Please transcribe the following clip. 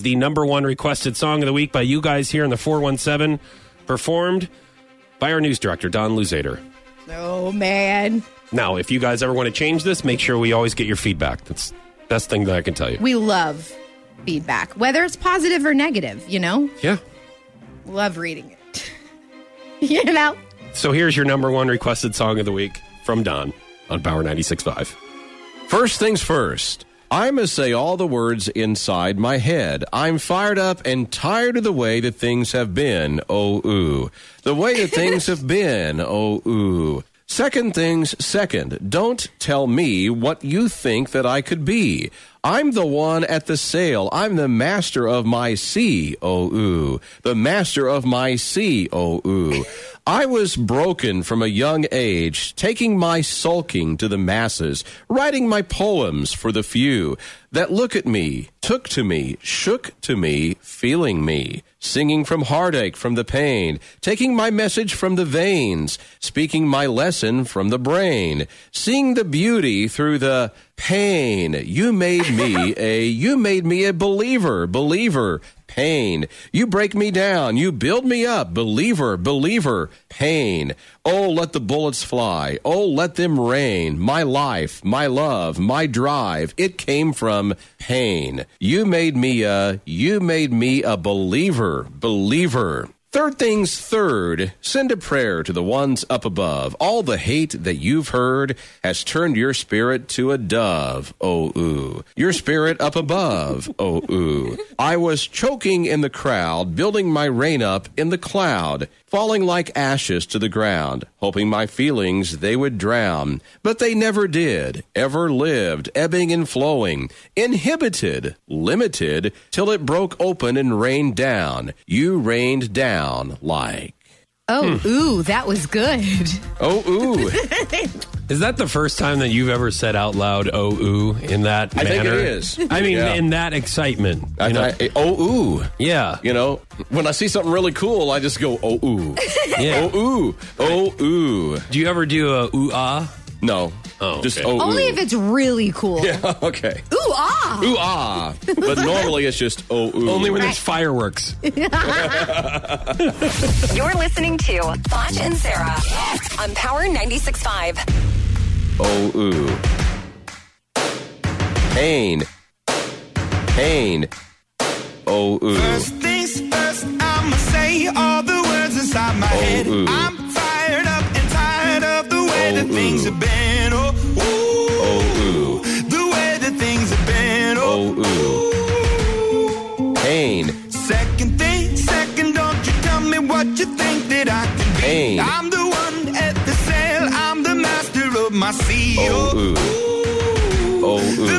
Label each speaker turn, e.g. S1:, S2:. S1: the number one requested song of the week by you guys here in the 417, performed by our news director, Don Luzader.
S2: Oh, man.
S1: Now, if you guys ever want to change this, make sure we always get your feedback. That's the best thing that I can tell you.
S2: We love feedback, whether it's positive or negative, you know?
S1: Yeah.
S2: Love reading it. you know?
S1: So here's your number one requested song of the week from Don on Power 96.5.
S3: First things first. I must say all the words inside my head. I'm fired up and tired of the way that things have been. Oh, ooh. The way that things have been. Oh, ooh. Second things second. Don't tell me what you think that I could be. I'm the one at the sail. I'm the master of my sea. Oh, ooh. The master of my sea. Oh, ooh. I was broken from a young age, taking my sulking to the masses, writing my poems for the few that look at me, took to me, shook to me, feeling me, singing from heartache, from the pain, taking my message from the veins, speaking my lesson from the brain, seeing the beauty through the pain. You made me a, you made me a believer, believer, pain. You break me down. You build me up. Believer, believer, pain. Oh, let the bullets fly. Oh, let them rain. My life, my love, my drive. It came from pain. You made me a, you made me a believer, believer. Third things third, send a prayer to the ones up above. All the hate that you've heard has turned your spirit to a dove. Oh, ooh. Your spirit up above. Oh, ooh. I was choking in the crowd, building my rain up in the cloud, falling like ashes to the ground, hoping my feelings they would drown. But they never did, ever lived, ebbing and flowing, inhibited, limited, till it broke open and rained down. You rained down like.
S2: Oh, ooh, that was good.
S3: Oh, ooh.
S1: Is that the first time that you've ever said out loud "oh ooh" in that
S3: I think it
S1: manner?
S3: is.
S1: I mean,
S3: Yeah.
S1: in that excitement.
S3: I,
S1: you know?
S3: I- oh, ooh.
S1: yeah,
S3: You know, when I see something really cool, I just go, oh, ooh.
S1: yeah.
S3: Oh, ooh. Oh, ooh.
S1: Do you ever do a ooh ah?
S3: No.
S1: Oh,
S3: Just,
S1: okay.
S3: oh,
S2: Only
S3: ooh.
S2: if it's really cool.
S3: Yeah, okay.
S2: Ooh, ah.
S3: Ooh, ah. But normally it's just, oh, ooh.
S1: Only when
S2: Right.
S1: there's fireworks.
S4: You're listening to Foch and Sarah on Power 96.5.
S3: Oh, ooh. Pain. Pain. Oh, ooh.
S5: First things first, I'ma say all the words inside my head.
S3: Oh, ooh.
S5: I'm fired up and tired of the way
S3: Oh,
S5: that things
S3: ooh. Oh,
S5: have been. Oh, ooh.
S3: ooh.
S5: The way that things have been.
S3: Oh, ooh.
S5: ooh.
S3: Pain.
S5: Second thing, second, don't you tell me what you think that I can be.
S3: Pain.
S5: I'm the one at the sail, I'm the master of my sea.
S3: Oh, ooh. Oh, ooh.
S5: The